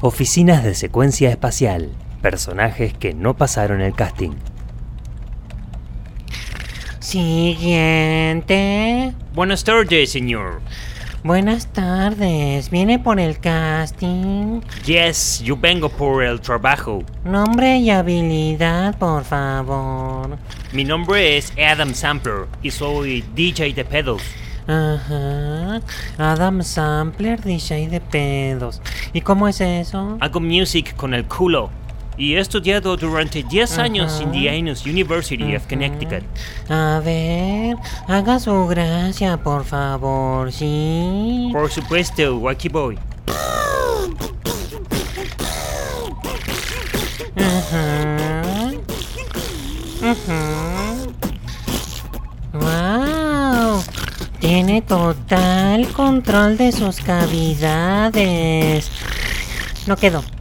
Oficinas de secuencia espacial. Personajes que no pasaron el casting. Siguiente. Buenas tardes, señor. Buenas tardes. ¿Viene por el casting? Yes, yo vengo por el trabajo. Nombre y habilidad, por favor. Mi nombre es Adam Sampler y soy DJ de pedos. Ajá. Adam Sampler, DJ de pedos. ¿Y cómo es eso? Hago music con el culo. Y he estudiado durante 10 años en The Ainus University of Connecticut. A ver, haga su gracia, por favor, ¿sí? Por supuesto, aquí voy. Ajá. Ajá. ¡Wow! Tiene total control de sus cavidades. No quedó.